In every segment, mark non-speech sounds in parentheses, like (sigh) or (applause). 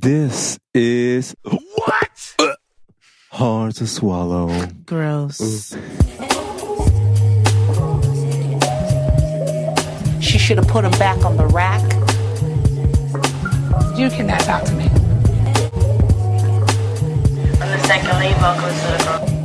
This is What? hard to swallow. Gross. She should have put him back on the rack. You cannot talk to me. I'm the second lead vocalist of the group.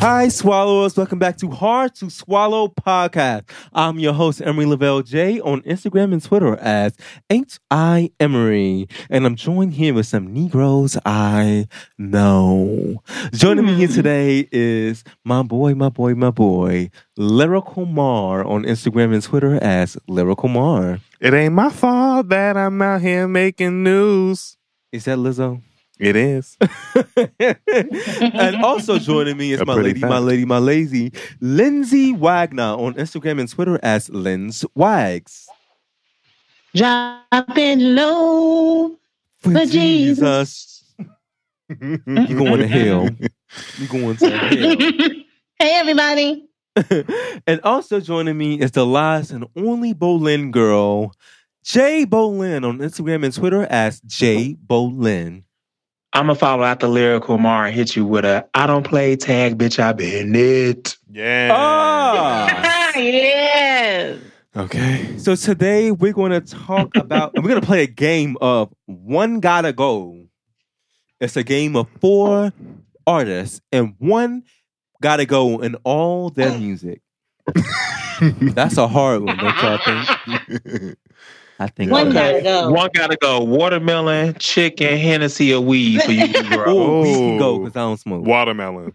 Hi, swallowers. Welcome back to Hard to Swallow podcast. I'm your host, Emery Lavelle J, on Instagram and Twitter as H.I. Emery. And I'm joined here with some Negroes I know. Joining me here today is my boy, my boy, my boy, Lyrical Mar on Instagram and Twitter as Lyrical Mar. It ain't my fault that I'm out here making news. Is that Lizzo? It is. and also joining me is A my pretty lady, my fact. lady, my lazy, Lindsay Wagner on Instagram and Twitter as Linz Wags. Dropping low. (laughs) For For Jesus. (laughs) you going to hell. You going to hell. hey, everybody. (laughs) and also joining me is the last and only Bolin girl, Jay Bolin on Instagram and Twitter as Jay Bolin. I'm gonna follow out the lyrical Mar and hit you with a I don't play tag, bitch. I been it. Yeah. Ah! (laughs) yes. Okay. So today we're going to talk about. we're going to play a game of one gotta go. It's a game of four artists and one gotta go in all Oh. their music. That's a hard one, don't y'all think? (laughs) I think One so. gotta go. One gotta go. Watermelon, chicken, Hennessy, or weed (laughs) for you, bro. Ooh, we can go Oh. because I don't smoke. Watermelon.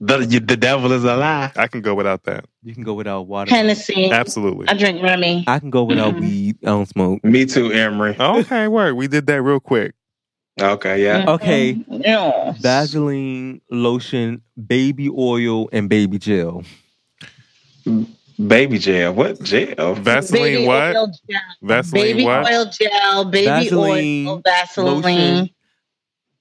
the, you- the devil is a lie. I can go without that. You can go without water. Hennessy. Absolutely. I drink Remy. I can go without weed. I don't smoke. Me too, Emery. Okay, word. We did that real quick. Okay, yeah. Okay. Yeah. Vaseline, lotion, baby oil, and baby gel. (laughs) Baby jail. What jail? Vaseline Baby what? oil gel. Vaseline Baby what? oil gel. Baby Vaseline, oil. Vaseline. lotion.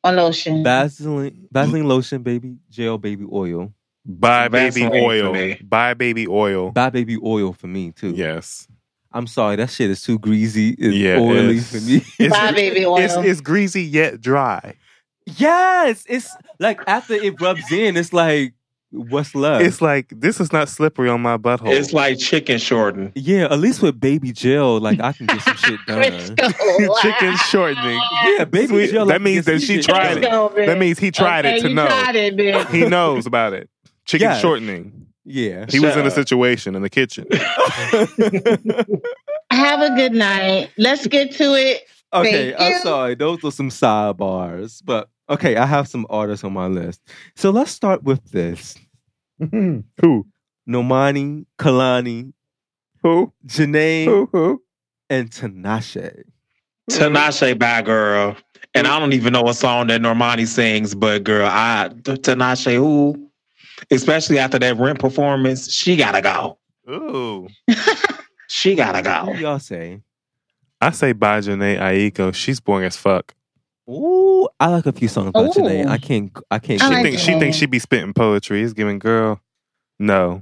Or lotion. Vaseline, Vaseline lotion, baby gel, baby oil. Buy baby Vaseline for oil. me. Buy baby oil. Buy baby oil for me too. Yes. I'm sorry, that shit is too greasy. It's Yeah. oily it's- for me. (laughs) Buy It's, baby oil. it's, it's greasy yet dry. yes, it's like after it rubs in, it's like what's left. It's like this is not slippery on my butthole. It's like chicken shorten. yeah, at least with baby gel, like I can get some shit done. Crisco. Uh-huh. (laughs) chicken shortening. Yeah, baby Sweet. gel. That means that she tried it. Crisco, bitch. That means he tried okay, it to you know. Tried it, bitch. He knows about it. Chicken Yes. shortening. Yeah. He was Shut in a up. situation in the kitchen. Have a good night. Let's get to it. (laughs) Okay, Thank I'm you. sorry. Those were some sidebars, but okay, I have some artists on my list. So let's start with this: Who? Nomani, Kalani, Who? Janae, Who? Who? and Tinashe. Mm-hmm. Tinashe by girl. And I don't even know what song that Normani sings, but girl, I Tinashe who? Especially after that rent performance, she gotta go. Ooh. She gotta go. What do y'all say? I say bye, Janae Aiko. She's boring as fuck. Ooh, I like a few songs by Janae. Ooh. I can't. I can't. She Oh. I like thinks she Janae. thinks she be spitting poetry. It's giving girl. No.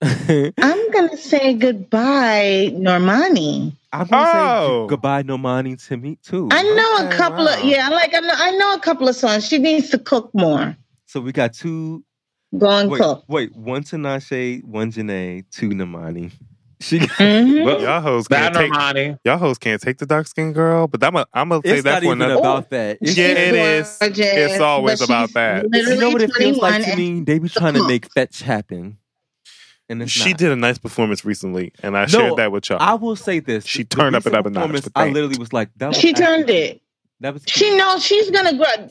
think. I'm gonna say goodbye, Normani. (laughs) I'm gonna Oh. say goodbye, Nomani, to me too. I know Okay, a couple wow. of yeah, like I know I know a couple of songs. She needs to cook more. So we got two. Go and Wait, (laughs) cook. wait. One Tinashe, one Janae, two Nomani. She. Mhm. Well, Y'all hoes by can't take. Normani. Y'all hoes can't take the dark skinned girl. But I'm a, I'm gonna say It's that not for even another. about that. It's She's Yeah, it is. gorgeous, It's always but about she's that. Literally you know what it feels like 21 to and- me? They be trying to make fetch happen, and it's She not. did a nice performance recently, and I shared that with y'all. I will say this: She the turned up recent it up a notch, performance, but I thank- literally was like, "That was She actually- turned it. That was She knows she's gonna grow.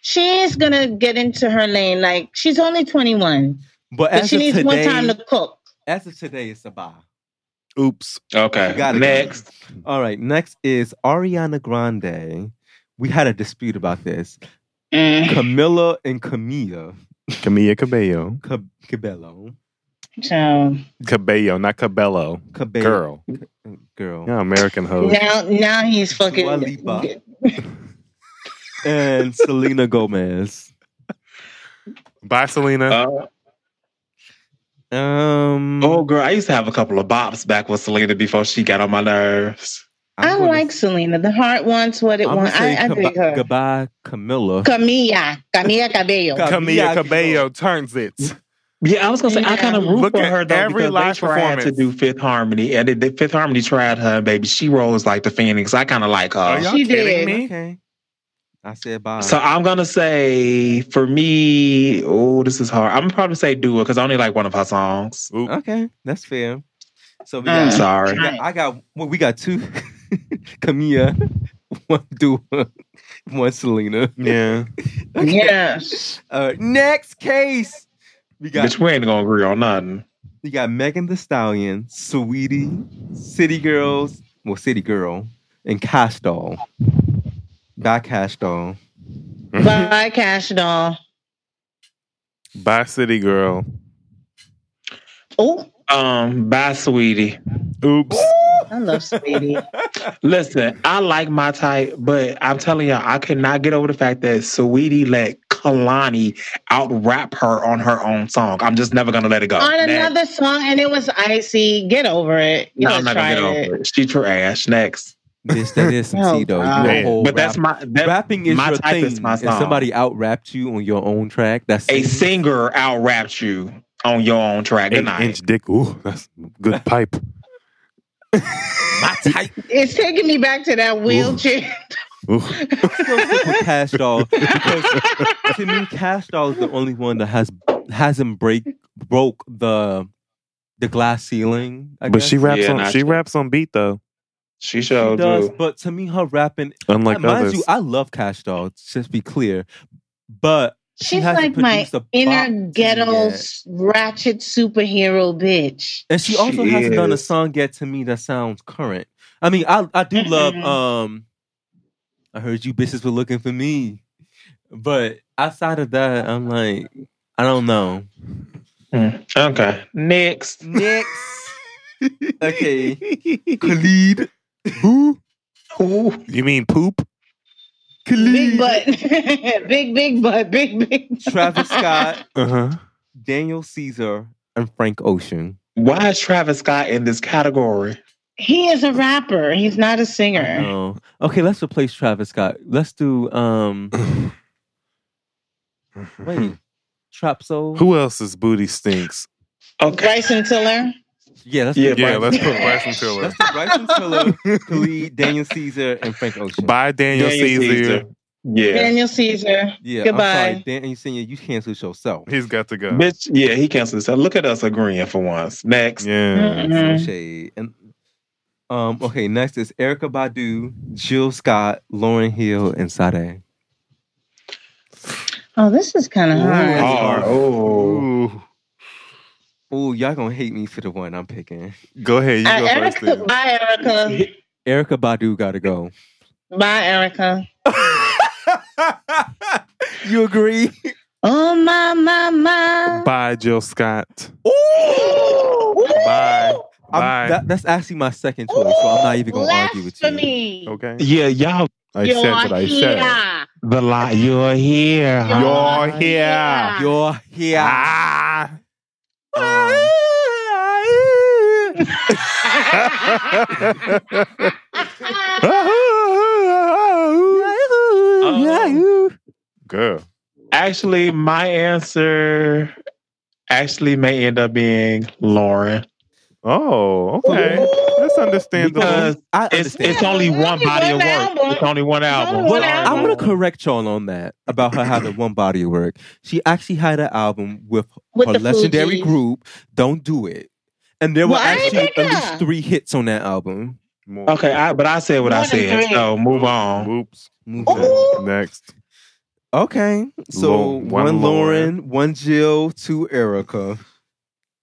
She's gonna get into her lane. Like she's only 21, But but as she of needs today, more time to cook. as of today, it's a bye. Oops. Okay. You gotta go. Next. All right, next is Ariana Grande. We had a dispute about this. Mm. Camilla and Camilla Camilla Cabello. Cab- Cabello, So Cabello, not Cabello. Cabello, Girl. girl, Yeah, American hoe. now now he's fucking. Oh. Dua Lipa. and Selena Gomez. Bye, Selena. Uh, Um, oh, girl, I used to have a couple of bops back with Selena before she got on my nerves. I'm i gonna- like Selena. The heart wants what it I'm gonna wants. I, say I goodbye- dig her. Goodbye, Camilla. Camilla, (laughs) Camilla Cabello. Ca- Camila Camila Cabello turns it. Yeah, I was gonna say I Yeah. kind of root Look for at her though every because live they tried to performance. do Fifth Harmony, and it, Fifth Harmony tried her, and baby. She rolls like the phoenix. I kind of like Are her. y'all She did. kidding me? Okay. I said bye. So I'm gonna say for me, oh, this is hard. I'm gonna probably say Dua because I only like one of her songs. Oop. okay, that's fair. So we I'm got, Mm. sorry. we got- I got well, we got two (laughs) Camilla, (laughs) one Dua, one Selena. Yeah. yes. Uh, next case. We got Bitch, we ain't gonna agree on nothing. You got Megan the Stallion, Sweetie, City Girls, well, City Girl, and Cash Doll. By Cash Doll. Bye, Cash Doll. (laughs) Bye, City Girl. Oh, Um, bye, sweetie. Oops. I love (laughs) Oh, Sweetie. Listen, I like my type, but I'm telling y'all, I could not get over the fact that Sweetie let Kalani out rap her on her own song. I'm just never gonna let it go. On Next. another song, and it was icy. Get over it. You No, know, I'm not try gonna get it. over it. She trash. Next. This, that is some Oh, tea, though. You God. a whole but that's rap- my that, rapping is my your type thing. is my If song. somebody out rapped you on your own track, that's a singer out raps you on your own track. Good Eight night. inch dick. Ooh, that's good pipe. my type. It's taking me back to that wheelchair. (laughs) Ooh. We'll stick with Cash Doll because to me, Cash Doll is the only one that has hasn't break broke the the glass ceiling. I But guess. she raps Yeah, on nah, she she- raps on beat though. She She showed does, but to me, her rapping Unlike Uh, mind others. you, I love Cash Doll. Just be clear, but she She's hasn't like my produced a bop to inner me ghetto yet. s- ratchet superhero bitch. and she also She hasn't done a is. song yet to me that sounds current. I mean, I I do love. Mhm. Um, I heard you bitches were looking for me, but outside of that, I'm like, I don't know. Mm. Okay. Next. (laughs) Next, okay, Khalid, Who? Ooh. You mean poop? Big Khalid, butt. (laughs) big, big butt. Big, big. Travis Scott, Uh huh. Daniel Caesar, and Frank Ocean. Why is Travis Scott in this category? He is a rapper. He's not a singer. No. Okay, let's replace Travis Scott. Let's do um (sighs) wait. Trap Soul? Hmm. Who else's booty stinks? Okay. Bryson Tiller. Yeah, let's Yeah, do Yeah, Bryson. let's put Bryson Tiller. Let's do Bryson Tiller, Khalid, Daniel Caesar, and Frank Ocean. Bye, Daniel, Daniel Caesar. Caesar. Yeah. Daniel Caesar. Yeah, I'm sorry, Goodbye. Daniel Senior, you canceled yourself. He's got to go. Bitch, yeah, he canceled himself. Look at us agreeing for once. Next. Yeah. So Mhm. shade. And um, okay, next is Erica Badu, Jill Scott, Lauren Hill, and Sade. Oh, this is kind of hard. Oh, oh. Ooh. Ooh, y'all gonna hate me for the one I'm picking. Go ahead, you Uh, go first. Erica, then. bye, Erica. Erica Badu gotta go. Bye, Erica. you agree? Oh, my, (laughs) my, my. Bye, Jill Scott. Bye. Bye. I'm- Bye. that- that's actually my second choice, so I'm not even gonna argue with you. me. okay. Yeah, y'all. I said what I said. The lot. You're here. huh? You're here. You're here. ah, Ah. Ah. (laughs) (laughs) Girl. Actually, my answer actually may end up being Lauren. Oh, okay. That's understandable. Because I it's understand. it's only Yeah, one only body of one work. album. It's only one album. only well, one album. I want to correct y'all on that about her having one body of work. She actually had an album with, With her the legendary Fugees. group, Don't Do It. And there were Well, I ain't actually pick at least her. three hits on that album. More. Okay, I, but I said what I More than said. three. So move on. Whoops. Move on. Ooh. Next. Okay. So Lo- one, one Lauren, one Jill, two Erica.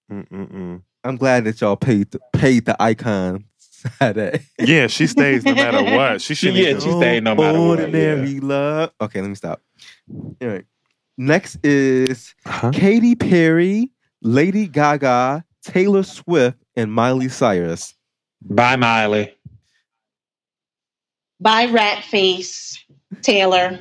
Mm-mm-mm. I'm glad that y'all paid the, paid the icon. (laughs) Saturday. Yeah, she stays no matter what. She shouldn't. Yeah, even- she stayed no matter what, yeah. Ordinary love. Okay, let me stop. All right. Next is Huh? Katy Perry, Lady Gaga, Taylor Swift, and Miley Cyrus. Bye, Miley. Bye, Rat Face. (laughs) Taylor.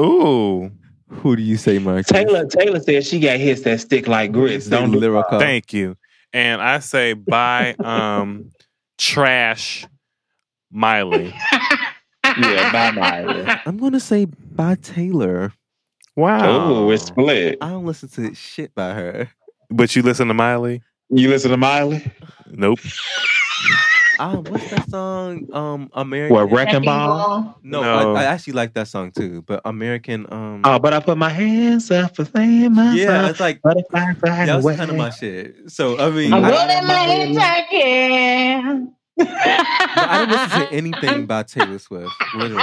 Ooh. Who do you say, Mark? Taylor Taylor said she got hits that stick like grits. Don't do lyrical. Thank you. And I say bye um trash Miley. Yeah, bye Miley. I'm gonna say by Taylor. Wow. Oh, it's split. I don't listen to shit by her. But you listen to Miley? You listen to Miley? Nope. Ah, what's that song? Um, American. What wrecking ball? No, No. I, I actually like that song too. But American. Um, Oh, but I put my hands up for saying myself. yeah, it's like Butterfly flying that was away. kind of my shit. So I mean, I'm I, rolling don't- Rolling my head back, yeah. I don't listen (laughs) to anything by Taylor Swift. Literally.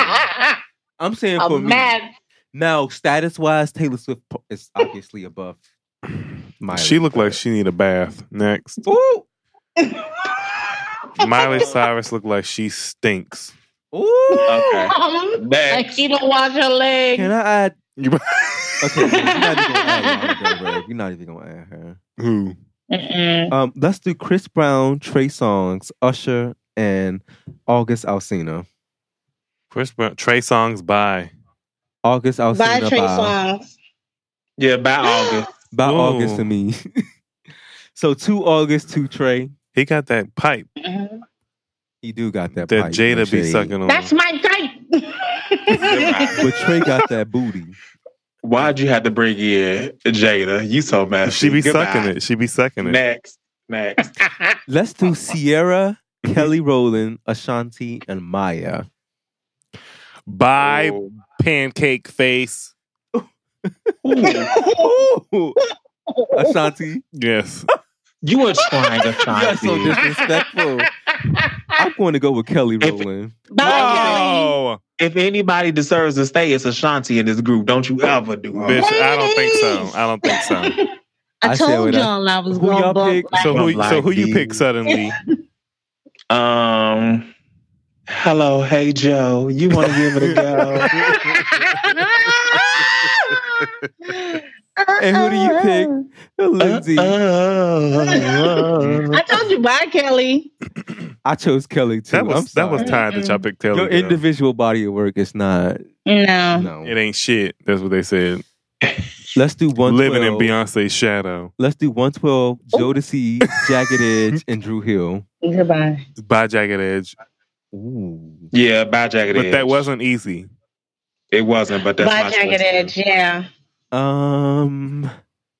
I'm saying for I'm me mad. now, status wise, Taylor Swift po- is obviously (clears throat) above. Miley. She looked like she need a bath. Next. Ooh, Miley Cyrus looked like she stinks. ooh. Okay. Um, like Next. she don't wash her (laughs) legs. Can I add? You- (laughs) Okay, you're not even gonna add Lana Del (laughs) Rey. You're not even gonna add her. Who? Mm-mm. Um, let's do Chris Brown, Trey Songs, Usher, and August Alsina. Chris Brown. Trey Songs by. August Alsina Buy by, Trey songs. Yeah, by August. by Whoa. August to me. (laughs) so two August, two Trey. He got that pipe Mhm. He do got that. that pipe, Jada but be Trey- sucking on. That's my (laughs) type. But Trey got that booty. Why'd you have to bring in Jada? You so messy. she be Goodbye. sucking it. She be sucking it. Next. Next. Let's do Sierra, Kelly Rowland, Ashanti, and Maya. By Ooh. pancake face. Ooh. Ashanti, Yes. (laughs) You are trying to you are find so disrespectful. I'm going to go with Kelly If- Rowland. Bye, Oh, If anybody deserves to stay, it's Ashanti in this group. Don't you ever do her. Oh, bitch! I don't think so. I don't think so. Kelly. I, I said told what I- y'all I, was Who going y'all to pick? (laughs) So who? Like so who you these. pick (laughs) suddenly? Um, hello, hey Joe, you want to give it a (laughs) go? And who do you pick? Lindsay. Uh, uh, uh, uh. I told you, bye, Kelly. I chose Kelly too. That I'm was that sorry. was tired that y'all picked Taylor. Your girl. individual body of work is not. No. No. It ain't shit. That's what they said. Let's do one. Living in Beyonce's shadow Let's do one twelve. Jodeci, Jagged Edge, and Drew Hill. Goodbye. by Jagged Edge, Ooh. yeah, by jagged but edge. that wasn't easy. It wasn't, but that's bye, my Jagged choice, too. Edge, yeah. Um.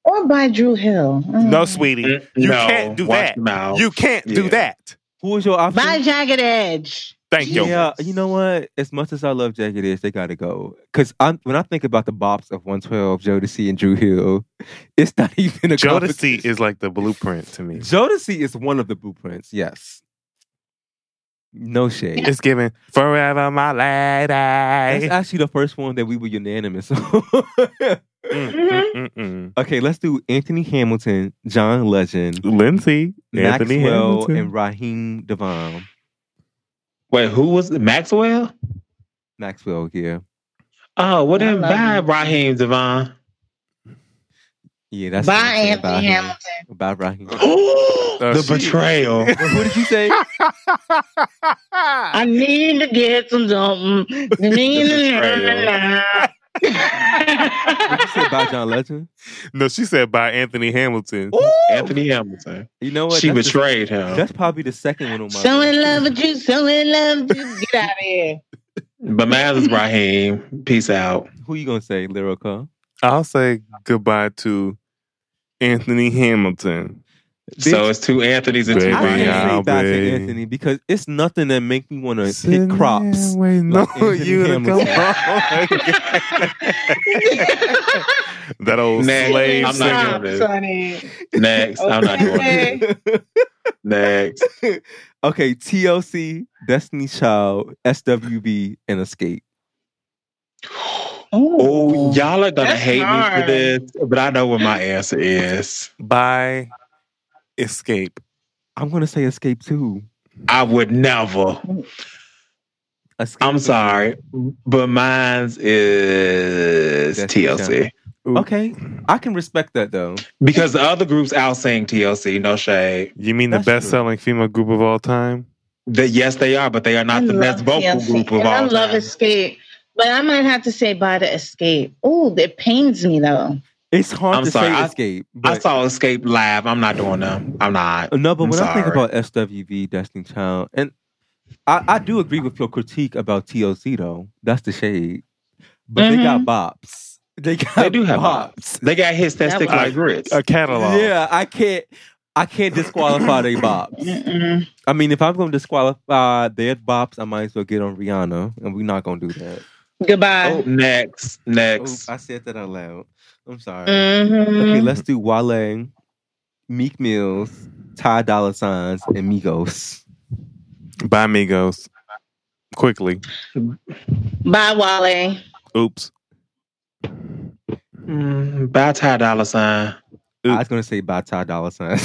Or by Drew Hill. Mm. No, sweetie, Mm, you no, can't do watch that. your mouth. You can't do Mm. Yeah. that. Who was your option? By Jagged Edge. Thank you. Yeah, you know what? As much as I love Jagged Edge, they gotta go. Cause I'm when I think about the bops of 112, Jodeci and Drew Hill, it's not (laughs) even a Jodeci is like the blueprint to me. Jodeci is one of the blueprints. Yes. No shade. It's giving forever my That's lady. actually the first one that we were unanimous (laughs) on. Mm, mm, mm, okay, let's do Anthony Hamilton, John Legend, mm. Lindsay, Anthony Maxwell, Hamilton. and Raheem Devon. Wait, who was it? Maxwell? Maxwell, yeah. Oh, well I then, love you. bye, Raheem Devon. Yeah, that's by what I'm saying Anthony about him. Hamilton. About Raheem. Oh, the shit. betrayal. Well, who did you say? I need to get some (laughs) something. Need Did to- you (laughs) say about John Legend? no, she said by Anthony Hamilton. Anthony Hamilton. You know what? she oh, that's the- betrayed him. That's probably the second one on my (laughs) so in list. love with you, so in love with you. Get out of (laughs) here. But mine is Raheem. Peace out. Who you gonna say, Lyrica? I'll say goodbye to Anthony Hamilton. So it's two Anthony's and two Baby, I can't Raheem. yeah, say back to baby. Anthony because it's nothing that make me want to hit crops. Wait, no, like Anthony you to come Oh Hamilton. (laughs) (laughs) That old Next. slave I'm singer. not Stop, doing this. Sonny. Next. I'm not doing it. Next. Okay, TLC, Destiny Child, SWB, and Escape. Oh, y'all are gonna That's hate me hard. for this, but I know what my answer is. by Escape. I'm gonna say Escape too. I would never. Escape I'm sorry, but mine's is Destiny TLC Okay, I can respect that though. because the other groups out saying TLC. No shade. You mean the That's true. best selling female group of all time? The, yes, they are, but they are not I the love best vocal TLC, group of and all I love time. Escape, but I might have to say bye to Escape. Oh, it pains me though. It's hard I'm to sorry, say I- Escape. I But saw Escape live. I'm not doing them. I'm not. no, but I'm when I think sorry. about SWB, Destiny Child, and I, I do agree with your critique about TLC though. That's the shade. But they got bops. They got They do have bops. They got hits that, That stick was- like grits. A catalog. Yeah, I can't I can't disqualify their bops. Mm-mm. I mean, if I'm gonna disqualify their bops, I might as well get on Rihanna, and we're not gonna do that. Oh, Goodbye. next, Oh, next. I said that out loud. I'm sorry. Okay, Mm-hmm. let's do Wale, Meek Mills, Ty Dolla Signs, and Migos. By Migos. Quickly. Bye, Wale. Oops. Mm, by Ty Dolla Sign. I was gonna say by Ty Dolla (laughs) Signs.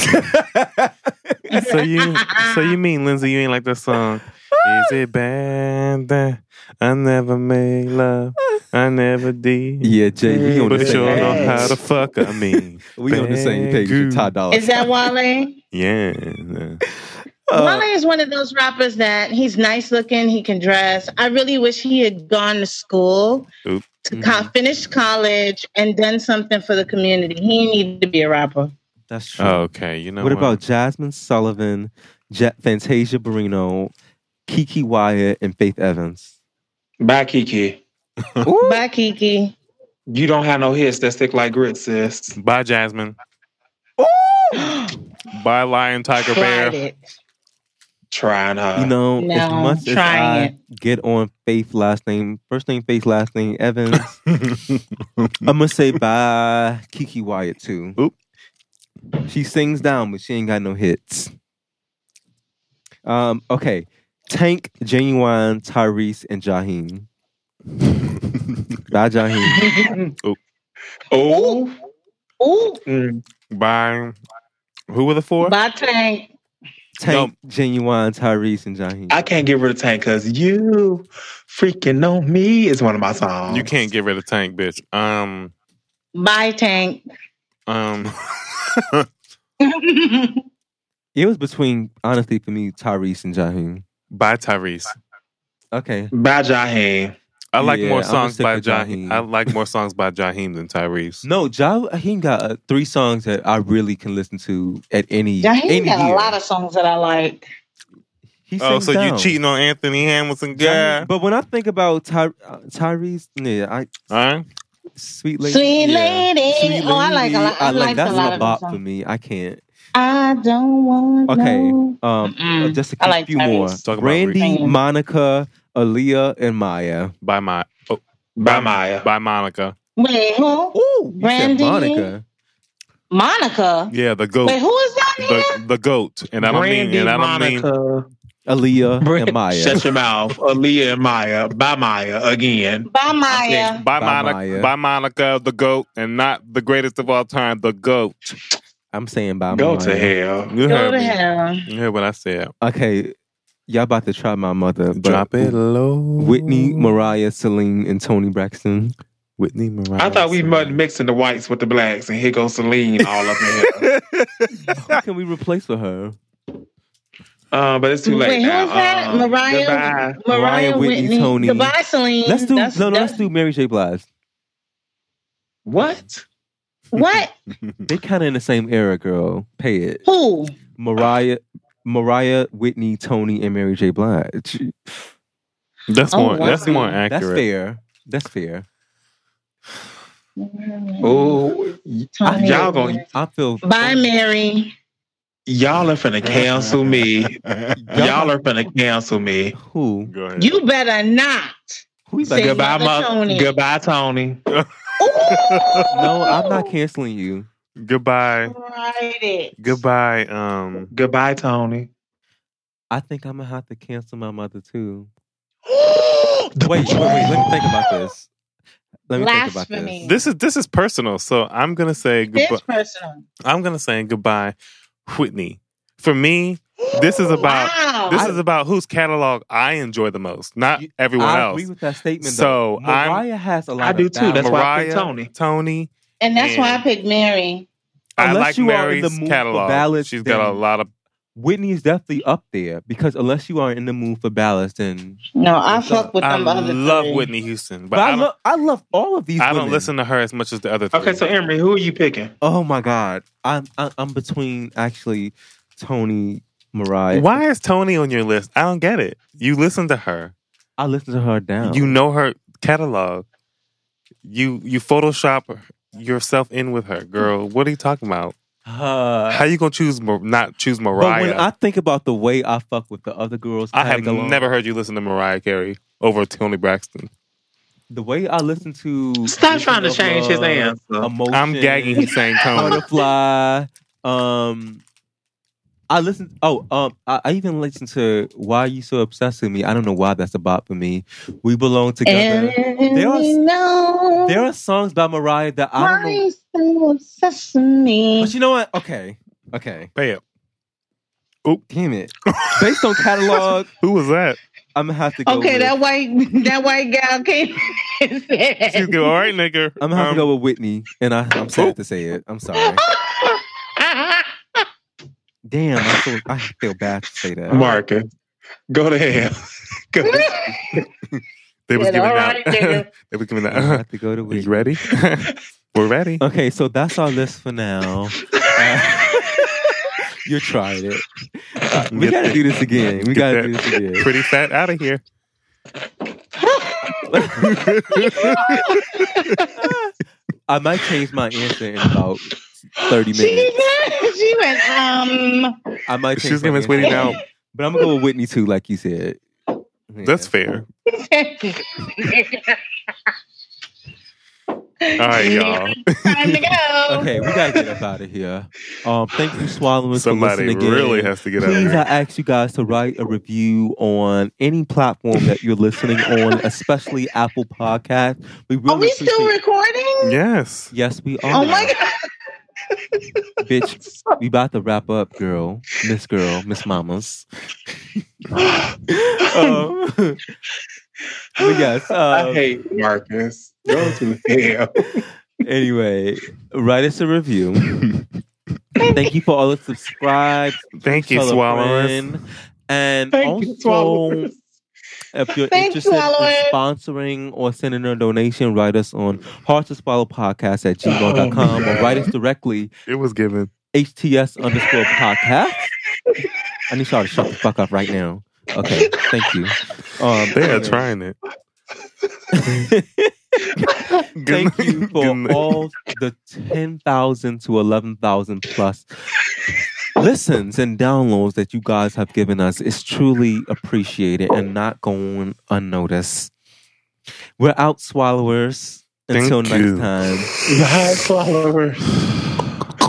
So you so you mean Lindsay, you ain't like this song. Is it bad that I never made love? I never did. yeah, Jay, we on the But you same don't know page. how to fuck. I mean, We on the same page with Ty Dolla. Is that (laughs) Wale? yeah. Uh, Wale is one of those rappers that he's nice looking, he can dress. I really wish he had gone to school, Oop. to Mm-hmm. co- finish college, and done something for the community. He needed to be a rapper. Oh, That's true. Okay, you know what about Jasmine Sullivan, Ja- Fantasia Barrino, Kiki Wyatt, and Faith (laughs) Evans? By Kiki. Bye, (gasps) Kiki. You don't have no hits that stick like grits, sis. Bye, Jasmine. Bye, Lion Tiger Tried Bear. it. Trying her. You know, Oh, as no, much as trying I it. get on Faith last name, first name Faith, last name Evans, (laughs) I'm gonna say bye Kiki Wyatt too. Oop. She sings down, but she ain't got no hits. Um, okay. Tank, Genuine, Tyrese, and Jaheim. Bye, Jaheim. (laughs) oh. Ooh, Mm. Bye. Who were the four? bye, Tank. Tank, Genuine, Tyrese, and Jaheim. I can't get rid of Tank because you freaking on me is one of my songs. You can't get rid of Tank, bitch. Um, Bye, Tank. (laughs) um, (laughs) it was between, honestly, for me, Tyrese and Jaheim. bye, Tyrese. Okay. By Jaheim. I like Yeah, more I'm songs sick by of Jaheim. Jaheim. I like more songs by Jaheim than Tyrese. No, Jaheim got uh, three songs that I really can listen to at any Jaheim any got year. a lot of songs that I like. He Oh, sings so you down. cheating on Anthony Hamilton, Jaheim- guy? But when I think about Ty- uh, Tyrese, yeah, I Huh? Sweet lady. Sweet Lady. Sweet Oh, I like a lot- I liked that's a lot a of bop them for me. I can't. I don't want Okay. no- Um, Mm-mm. just a I few, like few Tyrese. more. Talk about Brandy, Rihanna. Monica, Aaliyah, and Maya. By my oh, By Maya. by Monica. Wait, who? Ooh, you Brandy. said Monica. Monica. Yeah, the goat. Wait, who is that? the the goat. And I don't mean and I don't mean Monica. Aaliyah Brand- and Maya. Shut your mouth. Aaliyah and Maya. By Maya again. Bye, Maya. by, By Monica Maya. by Monica, the goat, and not the greatest of all time, the goat. I'm saying by Go Maya. to hell. You Go heard to me. hell. You heard what I said. Okay, y'all about to try my mother. But Drop it low. Whitney, Mariah, Celine, and Tony Braxton. Whitney Mariah. I thought we mud mixing the whites with the blacks, and here goes Celine all up in (laughs) here. Who can we replace with her? Mm, Uh, but it's too late Wait, now. who is that? Uh, Mariah, goodbye. Mariah, Mariah Whitney, Whitney, Tony. Goodbye, Celine. Let's do That's- no, no. that's- Let's do Mary J. Blige. What? what? They kind of in the same era, girl. Pay it. Who? Mariah, Mariah, Whitney, Tony, and Mary J. Blige. That's Oh, more wow. that's more accurate. That's fair. That's fair. Oh, Tony. y'all gonna I feel. Bye, Mary. y'all are finna cancel me. (laughs) Y'all are finna cancel me. Who? (laughs) Go ahead. You better not. Who Say like, Goodbye, Mother Mo- Tony. Goodbye, Tony. no, I'm not canceling you. Goodbye. Write it. Goodbye. Um Goodbye, Tony. I think I'm gonna have to cancel my mother too. The- Wait, wait, wait. Let me think about this. Let me think about Blasphemy. this. this is this is personal, so I'm gonna (gasps) say This goodbye. personal. I'm gonna say goodbye, Whitney. For me, this is about wow. this is about whose catalog I enjoy the most, not You- everyone I else. agree with that statement. So, though. I'm- Mariah has a lot. I of do too. bad- That's why I picked Mariah, Tony. Tony. and that's why I and- picked Mary. I Unless like you are in Mary's the mood for catalog. ballads, She's got a then- lot of. Whitney is definitely up there because unless you are in the mood for ballast, then. No, I So, fuck with I them other love three. Whitney Houston, but, But I I, don't. love I love all of these. I don't women. listen to her as much as the other three. Okay, so Emery, who are you picking? Oh my god, I'm I- I'm between actually Tony Mariah. Why is Tony on your list? I don't get it. You listen to her. I listened to her down. You know her catalog. You you Photoshop yourself in with her, girl. What are you talking about? her. How you gonna choose Mar- not choose Uh, But Uh, Mariah? when I think about the way I fuck with the other girls, I have tag along, never heard you listen to Mariah Carey over Tony Braxton. the way I listen to. Stop trying Emotion to of change his Love, answer. Emotion, I'm gagging. He's saying Tony. Butterfly. Um, I listen. Oh, um, I, I even listen to "Why You So Obsessed with Me." I don't know why that's a bop for me. We belong together. And There are- you know, there are songs by Mariah that I don't know. why so obsessed with me? But you know what? Okay, okay. Pay up. Damn it. Based on catalog, Who was that? I'm gonna have to go. Okay, with, that white (laughs) that white gal came. (laughs) and You said- go, all right, nigga. I'm gonna have Um, oh. to go with Whitney, and I, I'm sad to say it. I'm sorry. (laughs) Damn, I feel, I feel bad to say that. Marcus, go to hell. go to (laughs) They was Said, giving "All out. right, (laughs) nigga." they was giving I (laughs) out. have to go to (laughs) Are you Whitney. ready? We're ready. Okay, so that's our list for now. Uh, (laughs) you tried it. Uh, we Get gotta that- do this again. We get gotta that do this again. Pretty fat out of here. (laughs) I might change my answer in about thirty she, minutes. she went, um, (laughs) I might. Change She's my giving answer. Sweetie now. but I'm gonna go with Whitney too, like you said. Yeah. That's fair. All right, y'all. time to (laughs) go. Okay, we gotta get up out of here. Um, thank you, swallowing. for Somebody listening again. really has to get out of Please, I here. ask you guys to write a review on any platform that you're listening (laughs) on, especially Apple Podcast. We really Are we still appreciate- recording? Yes. Yes, we are. Oh my god! bitch! We about to wrap up, girl, Miss Girl, Miss (laughs) Mamas. um, but yes. (laughs) I Um, hate Marcus. Go to hell. anyway, write us a (laughs) review. Thank you for all the subscribes. Thank you, Tell a Swallowers. friend. And Thank also, you, swallowers. if you're Thank you, interested in Swallowers. sponsoring or sending a donation, write us on heart to swallow podcast at gmail.com or write us directly It was given. HTS underscore podcast. I need y'all to shut the fuck up right now. Okay, thank you. Um, They are trying it. (laughs) Good Thank night. you Good for night. (laughs) all the 10,000 to 11,000 plus listens and downloads that you guys have given us. It's truly appreciated and not going unnoticed. We're out, swallowers. Thank Until next you. time, (laughs) My swallowers.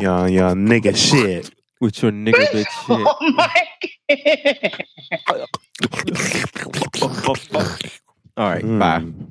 Y'all, y'all nigga (laughs) shit. with your nigga bitch shit. (laughs) Oh my (laughs) god! All right, Mm. bye.